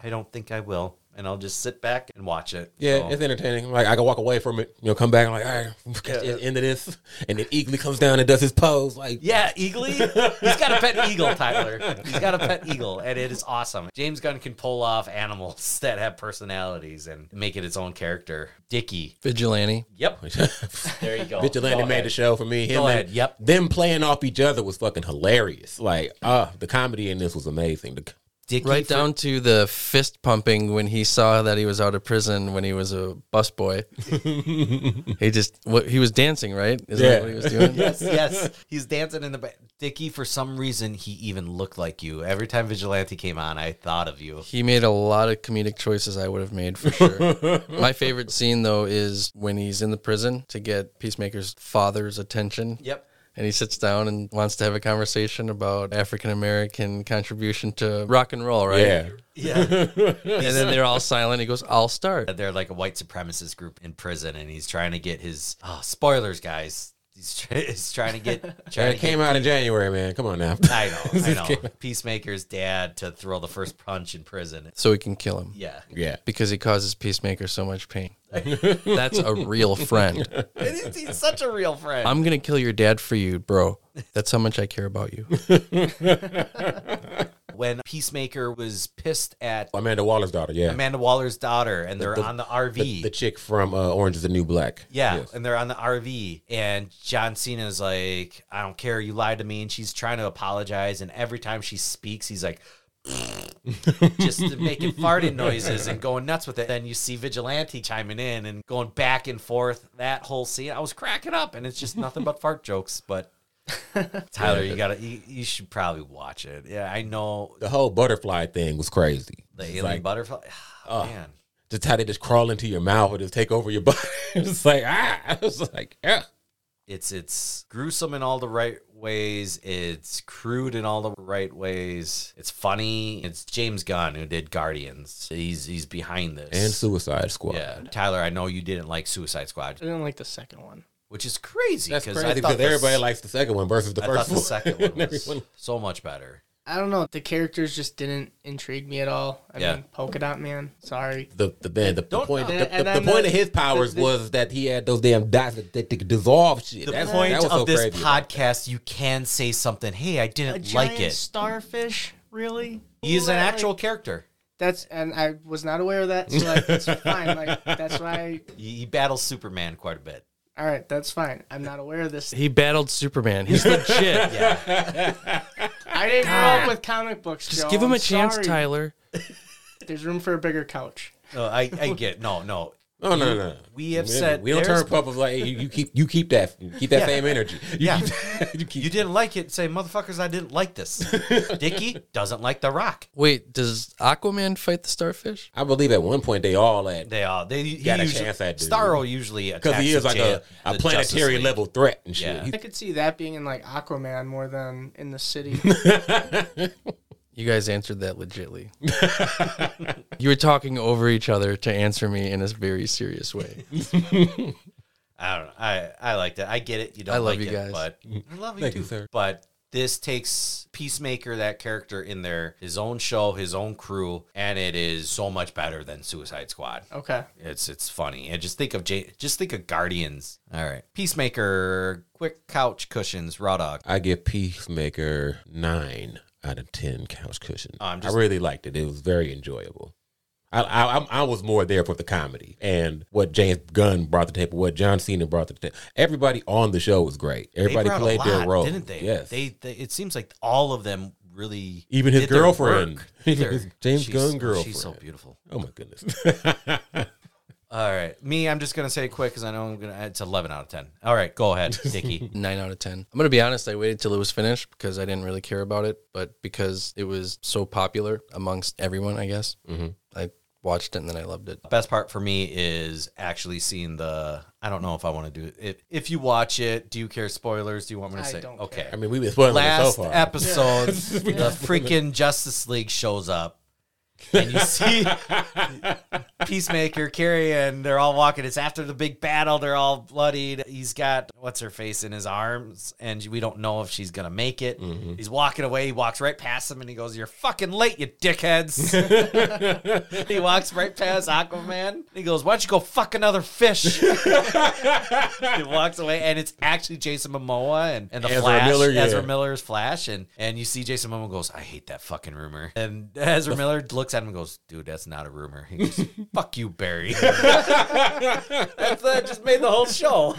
I don't think I will, and I'll just sit back and watch it. Yeah, So, it's entertaining. Like I can walk away from it, you know, come back. I'm like, all right, get to the end of this, and then eagerly comes down and does his pose. Like, yeah, Eagly. He's got a pet eagle, Tyler. He's got a pet eagle, and it is awesome. James Gunn can pull off animals that have personalities and make it its own character. Dicky. Vigilante. Yep. There you go. Vigilante Go made ahead. the show for me. Him Go and- ahead, yep. Them playing off each other was fucking hilarious. Like, uh, the comedy in this was amazing. The, Dicky Right for- down to the fist pumping when he saw that he was out of prison when he was a busboy. he just what he was dancing, right? Is Yeah. that what he was doing? yes, yes. He's dancing in the back. Dickie, for some reason, he even looked like you. Every time Vigilante came on, I thought of you. He made a lot of comedic choices I would have made for sure. My favorite scene though is when he's in the prison to get Peacemaker's father's attention. Yep. And he sits down and wants to have a conversation about African American contribution to rock and roll, right? yeah, Yeah. And then they're all silent. He goes, I'll start. They're like a white supremacist group in prison, and he's trying to get his. Oh, spoilers, guys. He's, try- he's trying to get. Trying it to came get- out in January, man. Come on now. I know, I know. Peacemaker's dad to throw the first punch in prison. So he can kill him. Yeah. yeah, Because he causes Peacemaker so much pain. That's a real friend. He's, he's such a real friend. I'm gonna kill your dad for you, bro. That's how much I care about you. When Peacemaker was pissed at Amanda Waller's daughter. Oh, Yeah, Amanda Waller's daughter, and they're the- on the RV. the, the chick from uh, Orange Is the New Black. Yeah, Yes. and they're on the RV, and John Cena's like, "I don't care, you lied to me," and she's trying to apologize, and every time she speaks, he's like, just making farting noises and going nuts with it. Then you see Vigilante chiming in and going back and forth. That whole scene, I was cracking up, and it's just nothing but fart jokes. But Tyler, you gotta, you, you should probably watch it. Yeah, I know the whole butterfly thing was crazy. the It's alien like, butterfly. Oh, man. just how they just crawl into your mouth and just take over your body. it's like ah, I was like yeah. it's it's gruesome in all the right ways it's crude in all the right ways it's funny it's james gunn who did guardians he's he's behind this And Suicide Squad. yeah tyler i know you didn't like suicide I squad didn't like the second one. which is crazy That's I crazy thought because the- everybody likes the second one versus the i first thought the one. second one was Everyone- so much better I don't know. The characters just didn't intrigue me at all. I Yeah. mean, Polka Dot Man. Sorry. the the man the, the Don't- point and- the, the, and I'm the point of not- his powers the- the- was that he had those damn dots that, that they could dissolve shit. the That's- point that was of so this crazy. podcast you can say something hey i A didn't giant like it starfish, really? he's Who, an like- actual character That's and I was not aware of that, so like that's fine. Like that's why. he, he battles superman quite a bit All right, that's fine. I'm not aware of this. He battled Superman. He's legit. I didn't grow up with comic books. Just Joe. give him a I'm chance, sorry. Tyler. There's room for a bigger couch. no i, I get no no No, no, no. we have said we don't there's- turn purple. Like hey, you, you keep you keep that keep that Yeah. same energy. You Yeah. keep- you keep You didn't like it. Say, motherfuckers, I didn't like this. Dickie doesn't like The Rock. Wait, does Aquaman fight the starfish? I believe at one point they all at They are. They he Gotta usually, chance that dude. Starro usually attacks because he is the like jan- a, a the Justice planetary League. level threat and shit. Yeah. He- I could see that being in like Aquaman more than in the city. You guys answered that legitly. you were talking over each other to answer me in a very serious way. I don't know. I I liked it. I get it. You don't I love like you it, guys. but I love you Thank too. you, sir. But this takes Peacemaker, that character, in there, his own show, his own crew, and it is so much better than Suicide Squad. Okay. It's it's funny. And just think of J- just think of Guardians. All right, Peacemaker, quick couch cushions, raw dog. I give Peacemaker nine out of ten couch cushion. Oh, I'm just- I really liked it. It was very enjoyable. I, I I'm- I was more there for the comedy and what James Gunn brought to the table, what John Cena brought to the table. Everybody on the show was great. Everybody brought a played their lot, role, didn't they? Yes, They, they. It seems like all of them really Even his did their girlfriend. work. Even Their- his James she's- Gunn She's so girlfriend. beautiful. Oh my goodness. All right, me. I'm just gonna say it quick because I know I'm gonna. It's 11 out of 10. All right, go ahead, Dickie. Nine out of ten. I'm gonna be honest. I waited till it was finished because I didn't really care about it, but because it was so popular amongst everyone, I guess I watched it and then I loved it. Best part for me is actually seeing the. I don't know if I want to do it. If, if you watch it, do you care spoilers? Do you want me to I say? don't okay. I mean, we've been spoiling it so last far. episode, the freaking Justice League shows up, and you see Peacemaker, Carrie, and they're all walking. It's after the big battle. They're all bloodied. He's got what's her face in his arms, and we don't know if she's gonna make it. Mm-hmm. He's walking away. He walks right past him, and he goes, "You're fucking late, you dickheads." he walks right past Aquaman. He goes, "Why don't you go fuck another fish?" he walks away, and it's actually Jason Momoa and, and the Ezra Flash, Miller, yeah. Ezra Miller's Flash, and and you see Jason Momoa goes, "I hate that fucking rumor," and Ezra Miller looks at him and goes, "Dude, that's not a rumor." He goes, "Fuck you, Barry." that, that just made the whole show.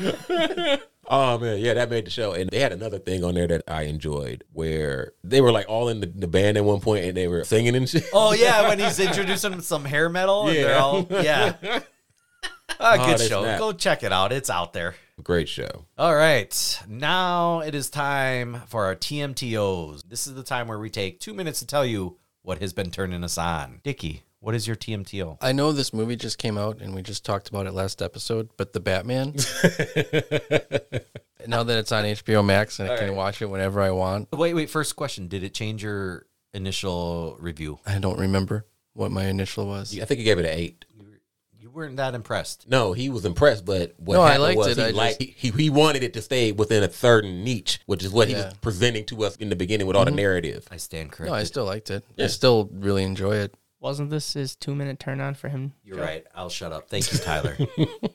Oh man, yeah, that made the show. And they had another thing on there that I enjoyed where they were like all in the, the band at one point and they were singing and shit. Oh yeah, when he's introducing some hair metal, and they're Yeah. all yeah. Ah, Oh, good they show. snap. Go check it out. It's out there. Great show. All right, now it is time for our TMTOs. This is the time where we take two minutes to tell you what has been turning us on. Dickie, what is your TMTO? I know this movie just came out and we just talked about it last episode, but the Batman. now that it's on HBO Max and I can right. watch it whenever I want, Wait, wait. First question: Did it change your initial review? I don't remember what my initial was. I think he gave it an eight. You weren't that impressed. No, he was impressed, but what No, I happened liked it, was he I liked he, he wanted it to stay within a certain niche, which is what he Yeah. Mm-hmm. was presenting to us in the beginning with all the narrative. I stand corrected. No, I still liked it. I still really enjoy it. Wasn't this his two minute turn on for him? You're right. I'll shut up. Thank you, Tyler.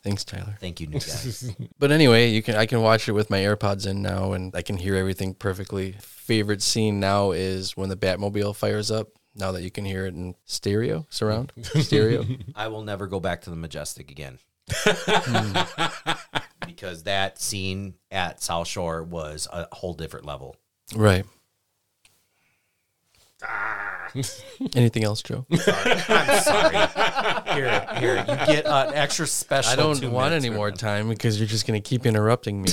Thanks, Tyler. Thank you, new guys. But anyway, you can I can watch it with my AirPods in now, and I can hear everything perfectly. Favorite scene now is when the Batmobile fires up. Now that you can hear it in stereo, surround stereo. I will never go back to the majestic again. because that scene at South Shore was a whole different level. right. Anything else, Joe? I'm sorry. Here, here, you get an extra special. I two don't want minutes. any more time because you're just going to keep interrupting me.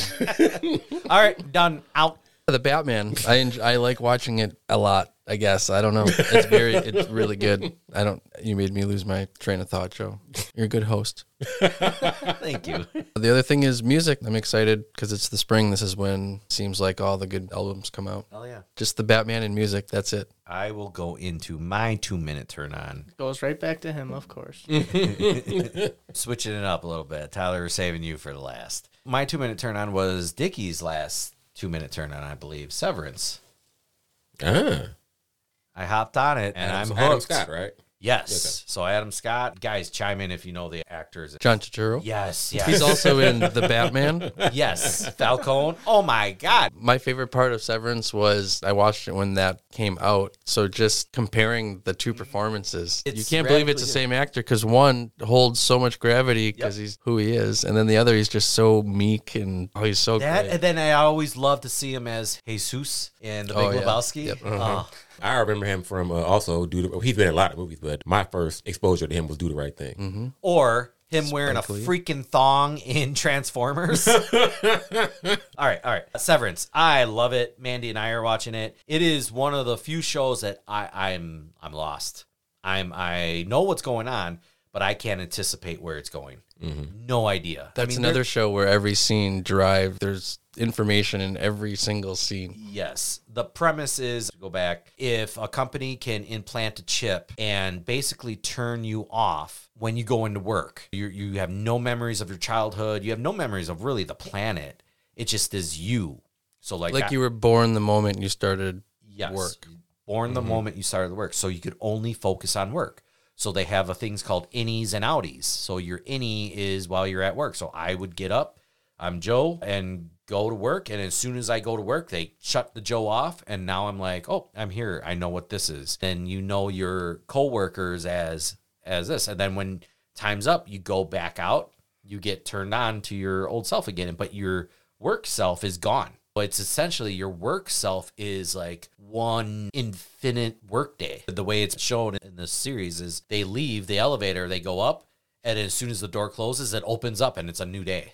All right, done. Out. the Batman, I enj- I like watching it a lot. I guess I don't know. It's very, it's really good. I don't. You made me lose my train of thought, Joe. You're a good host. Thank you. The other thing is music. I'm excited because it's the spring. This is when it seems like all the good albums come out. Oh yeah. Just the Batman and music. That's it. I will go into my two minute turn on. Goes right back to him, of course. Mm. switching it up a little bit. Tyler, we're saving you for the last. My two minute turn on was Dickie's last two minute turn on, I believe. Severance. Ah, I hopped on it and Adam- I'm Adam hooked. Scott, right? Yes. So Adam Scott, guys, chime in if you know the actors. John Turturro. Yes, He's yes, also in the Batman. yes. Falcone. Oh my God. My favorite part of Severance was I watched it when that came out. So just comparing the two performances, It's you can't believe it's the same actor because one holds so much gravity because he's who he is, and then the other he's just so meek and oh, he's so That great. and then I always love to see him as Jesus in The Big Oh, yeah. Lebowski. Yep. Uh-huh. Oh, I remember him from uh, also do the, he's been in a lot of movies, but my first exposure to him was Do the Right Thing. Mm-hmm. or him wearing a freaking thong in Transformers. all right, all right. Severance. I love it. Mandy and I are watching it. It is one of the few shows that I, I'm I'm lost. I'm I know what's going on, but I can't anticipate where it's going. No idea. Mm-hmm. That's I mean, another there- show where every scene drive there's information in every single scene. Yes. The premise is to go back. If a company can implant a chip and basically turn you off when you go into work, you you have no memories of your childhood. You have no memories of really the planet. It just is you. So like Like I- you were born the moment you started yes, work. born the moment you started the work. So you could only focus on work. So they have a things called innies and outies. So your innie is while you're at work. So I would get up, I'm Joe, and go to work. And as soon as I go to work, they shut the Joe off. And now I'm like, oh, I'm here. I know what this is. And you know your coworkers as as this. And then when time's up, you go back out, you get turned on to your old self again, but your work self is gone. But it's essentially your work self is like one infinite workday. The way it's shown in this series is they leave the elevator, they go up, and as soon as the door closes, it opens up and it's a new day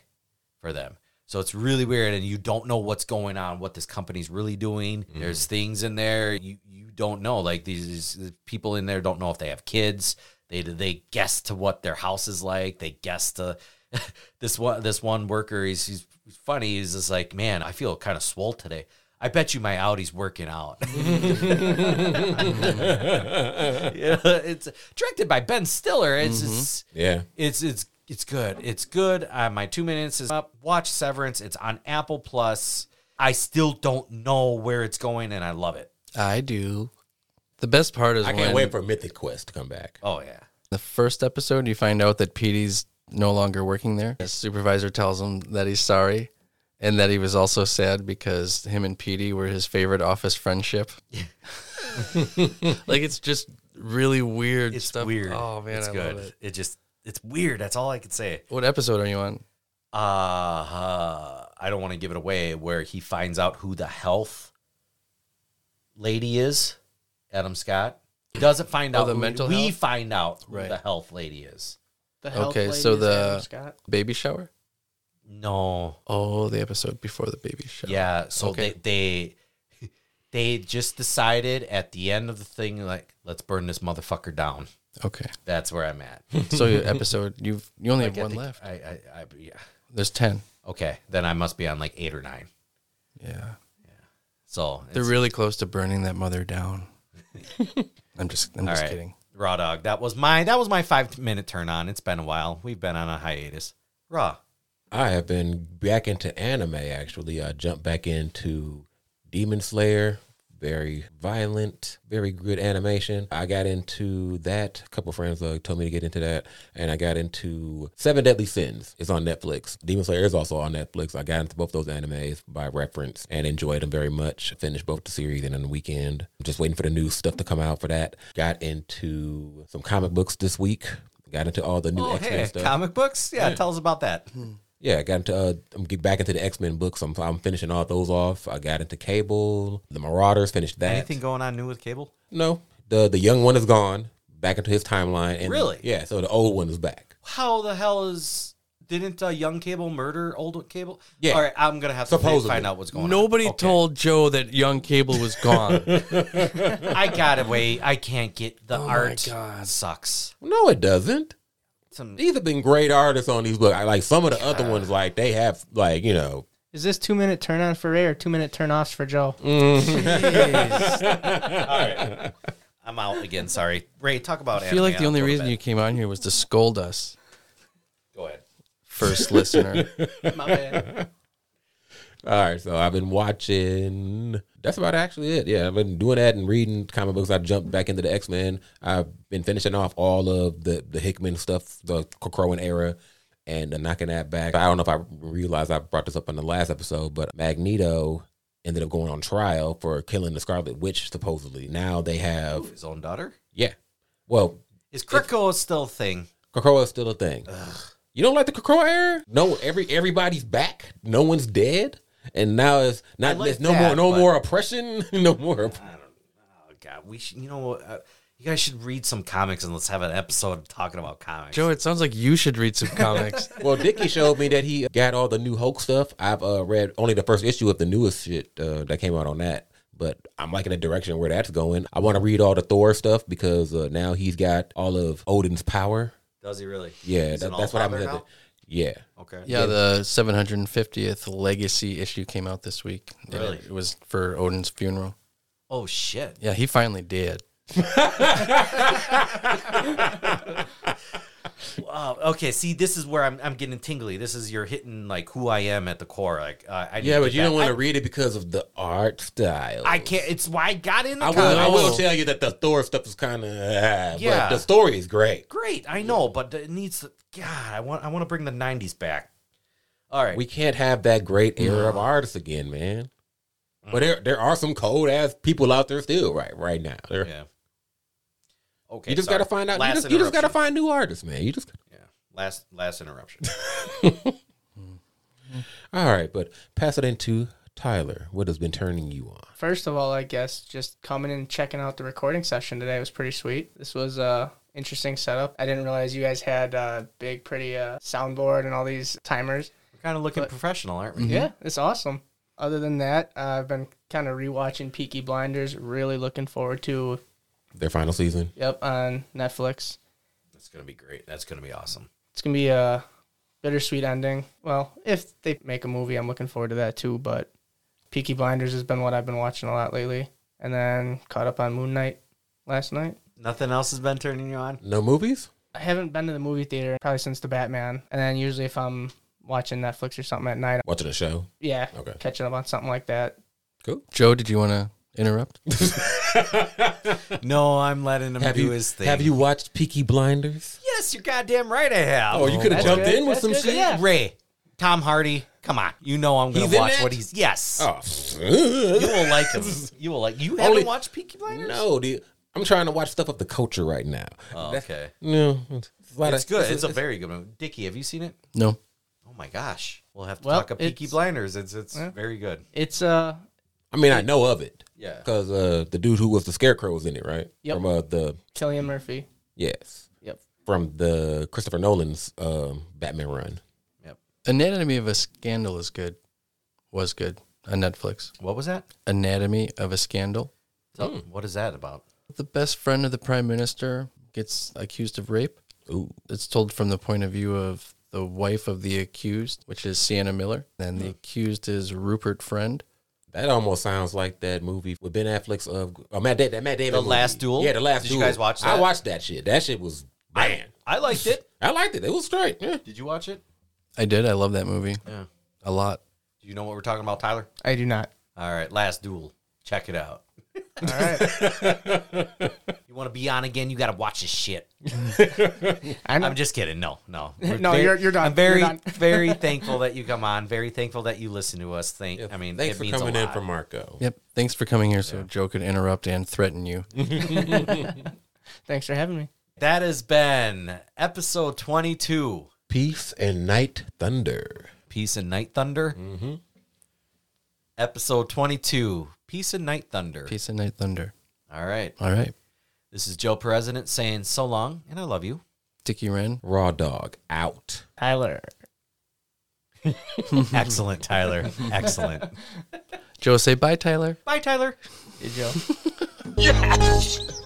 for them. So it's really weird, and you don't know what's going on, what this company's really doing. There's things in there you you don't know. Like these, these people in there don't know if they have kids. They they guess to what their house is like. They guess to this one this one worker. He's he's funny. He's just like, man, I feel kind of swole today. I bet you my Audi's working out. yeah, it's directed by Ben Stiller. It's it's Yeah. it's it's it's good. It's good. Uh, my two minutes is up. Watch Severance. It's on Apple Plus. I still don't know where it's going, and I love it. I do. The best part is I when can't wait for Mythic Quest to come back. Oh yeah, the first episode you find out that Petey's no longer working there. His supervisor tells him that he's sorry and that he was also sad because him and Petey were his favorite office friendship. like it's just really weird it's stuff. weird. Oh man, it's I good. love it. just it's weird. That's all I can say. What episode are you on? Uh, uh, I don't want to give it away. Where he finds out who the health lady is, Adam Scott. He doesn't find Oh, out. the who- mental we health? find out who Right. the health lady is. The health Okay, lady so is the- Adam Scott. Baby shower? No, Oh, the episode before the baby shower. Yeah. So Okay. they they they just decided at the end of the thing, like, let's burn this motherfucker down. Okay. That's where I'm at. So your episode you've you only Like, have I one think- left. I, I, I, yeah. There's ten. Okay. Then I must be on like eight or nine. Yeah. So They're it's- really close to burning that mother down. I'm just I'm all just right. kidding. Raw dog. That was my that was my five minute turn on. It's been a while. We've been on a hiatus. Raw. I have been back into anime actually. I jumped back into Demon Slayer. Very violent, very good animation. I got into that. A couple friends uh, told me to get into that. And I got into Seven Deadly Sins. It's on Netflix. Demon Slayer is also on Netflix. I got into both those animes by reference and enjoyed them very much. Finished both the series and on the weekend. Just waiting for the new stuff to come out for that. Got into some comic books this week. Got into all the new X Men stuff. Oh, comic books. Yeah, tell us about that. Hmm. Yeah, I got into uh, I'm get back into the X Men books. I'm I'm finishing all those off. I got into Cable, the Marauders, finished that. Anything going on new with cable? No, the the young one is gone, back into his timeline. And Really? yeah, so the old one is back. How the hell is didn't uh, young cable murder old cable? Yeah. All right, I'm gonna have to Supposedly. find out what's going on. Nobody Okay. told Joe that young cable was gone. I gotta wait. I can't get Oh the art. Sucks. No, it doesn't. Some, These have been great artists on these books. I like some of the other ones. Like they have like you know Is this two minute turn on for Ray or two minute turn offs for Joe? I'm out again. Sorry, Ray. Talk about. I feel like the only reason you came on here was to scold us, go ahead. first listener. My bad. All right, so I've been watching. That's about actually it. Yeah, I've been doing that and reading comic books. I jumped back into the X Men. I've been finishing off all of the the Hickman stuff, the Crowan era, and uh, knocking that back. I don't know if I realized I brought this up in the last episode, but Magneto ended up going on trial for killing the Scarlet Witch. Supposedly, now they have His own daughter. yeah. Well, Is Kriko still a thing? Krakoa is still a thing. You don't like the Krakoa era? No, every everybody's back. No one's dead, and now it's not. like it's no that, more. No but- more oppression. no more. opp- Oh God, we should. You know what? Uh, you guys should read some comics and let's have an episode talking about comics. Joe, it sounds like you should read some comics. well, Dickie showed me that he got all the new Hulk stuff. I've uh, read only the first issue of the newest shit uh, that came out on that. But I'm liking the direction where that's going. I want to read all the Thor stuff because uh, now he's got all of Odin's power. Does he really? Yeah, He's that, an that's what I'm. all-father gonna- now? Yeah, Okay. Yeah, the 750th legacy issue came out this week. and Really? It was for Odin's funeral. Oh shit. Yeah, he finally did. Wow. Okay. See, this is where I'm. I'm getting tingly. This is you're hitting like who I am at the core. Like uh, I. need yeah, to but get you back- don't want to I- read it because of the art style. I can't. It's why I got in. I will, I will tell you that the Thor stuff is kind of, Yeah. but the story is great. great. I know, but it needs to, God. I want I want to bring the '90s back. All right, We can't have that great era of artists again, man. But there, there are some cold ass people out there still, right, right now. There- yeah. Okay, you just sorry. gotta find out. You Last just, you just gotta interruption. find new artists, man. You just Yeah, last last interruption. all right, but pass it into Tyler, what has been turning you on? First of all, I guess just coming and checking out the recording session today was pretty sweet. This was a interesting setup. I didn't realize you guys had a big, pretty uh, soundboard and all these timers. We're kind of looking professional, aren't we? Mm-hmm. Yeah, it's awesome. Other than that, uh, I've been kind of rewatching Peaky Blinders. Really looking forward to Their final season? yep on Netflix. That's gonna be great. That's gonna be awesome. It's gonna be a bittersweet ending. Well, if they make a movie, I'm looking forward to that too. But Peaky Blinders has been what I've been watching a lot lately, and then caught up on Moon Knight last night. Nothing else has been turning you on. No movies? I haven't been to the movie theater probably since the Batman, and then usually if I'm watching Netflix or something at night, Watching a show? yeah, Okay. catching up on something like that. Joe, did you want to interrupt? No, I'm letting him Have do you his thing. have you watched Peaky Blinders? Yes, you're goddamn right. I have. Oh, you could have that's jumped good. in with That's some good. shit. Yeah. Ray, Tom Hardy. Come on, you know I'm gonna He's in watch that? what he's. Yes, Oh, you will like him. You will like. You haven't Only- watched Peaky Blinders? Oh, no, dude. I'm trying to watch stuff of the culture right now. Oh, okay, No, it's, a lot it's of- good. It's, a very good movie. Dickie, have you seen it? No. Oh my gosh, we'll have to Well, talk of Peaky it's- Blinders. It's it's very good. It's uh, I mean, I know of it. Yeah. Because uh, the dude who was the scarecrow was in it, right? Yep. From uh, the Killian Murphy. yes, Yep. from the Christopher Nolan's um, Batman run. Anatomy of a Scandal is good. Was good on Netflix. What was that? Anatomy of a Scandal. Tell- What is that about? The best friend of the prime minister gets accused of rape. Ooh, It's told from the point of view of the wife of the accused, which is Sienna Miller, and the accused is Rupert Friend. that almost sounds like that movie with Ben Affleck's of uh, Matt da- that Matt Damon. The movie. Last Duel? Yeah, the last Did you duel. guys watch I that? watched that shit. That shit was man. I liked it. I liked it. It was straight. Yeah. Did you watch it? I did. I love that movie. Yeah. A lot. Do you know what we're talking about, Tyler? I do not. All right, Last Duel. Check it out. All right. You want to be on again? You got to watch this shit. I know. I'm just kidding. No, no. We're No, you're- you're done. I'm very, You're done. very thankful that you come on. Very thankful that you listen to us. Thank. I mean, thanks it for means coming a in lot. for Marco. Yep. Thanks for coming here so Joe could interrupt and threaten you. Thanks for having me. That has been episode 22. Peace and night thunder. Peace and Night Thunder. Mm-hmm. Episode 22. Peace and Night Thunder. Peace and night thunder. All right. All right. This is Joe President saying so long, and I love you. Dickie Wren. Raw dog out. Tyler. Excellent, Tyler. Excellent. Joe, say bye, Tyler. Bye, Tyler. Hey, Joe.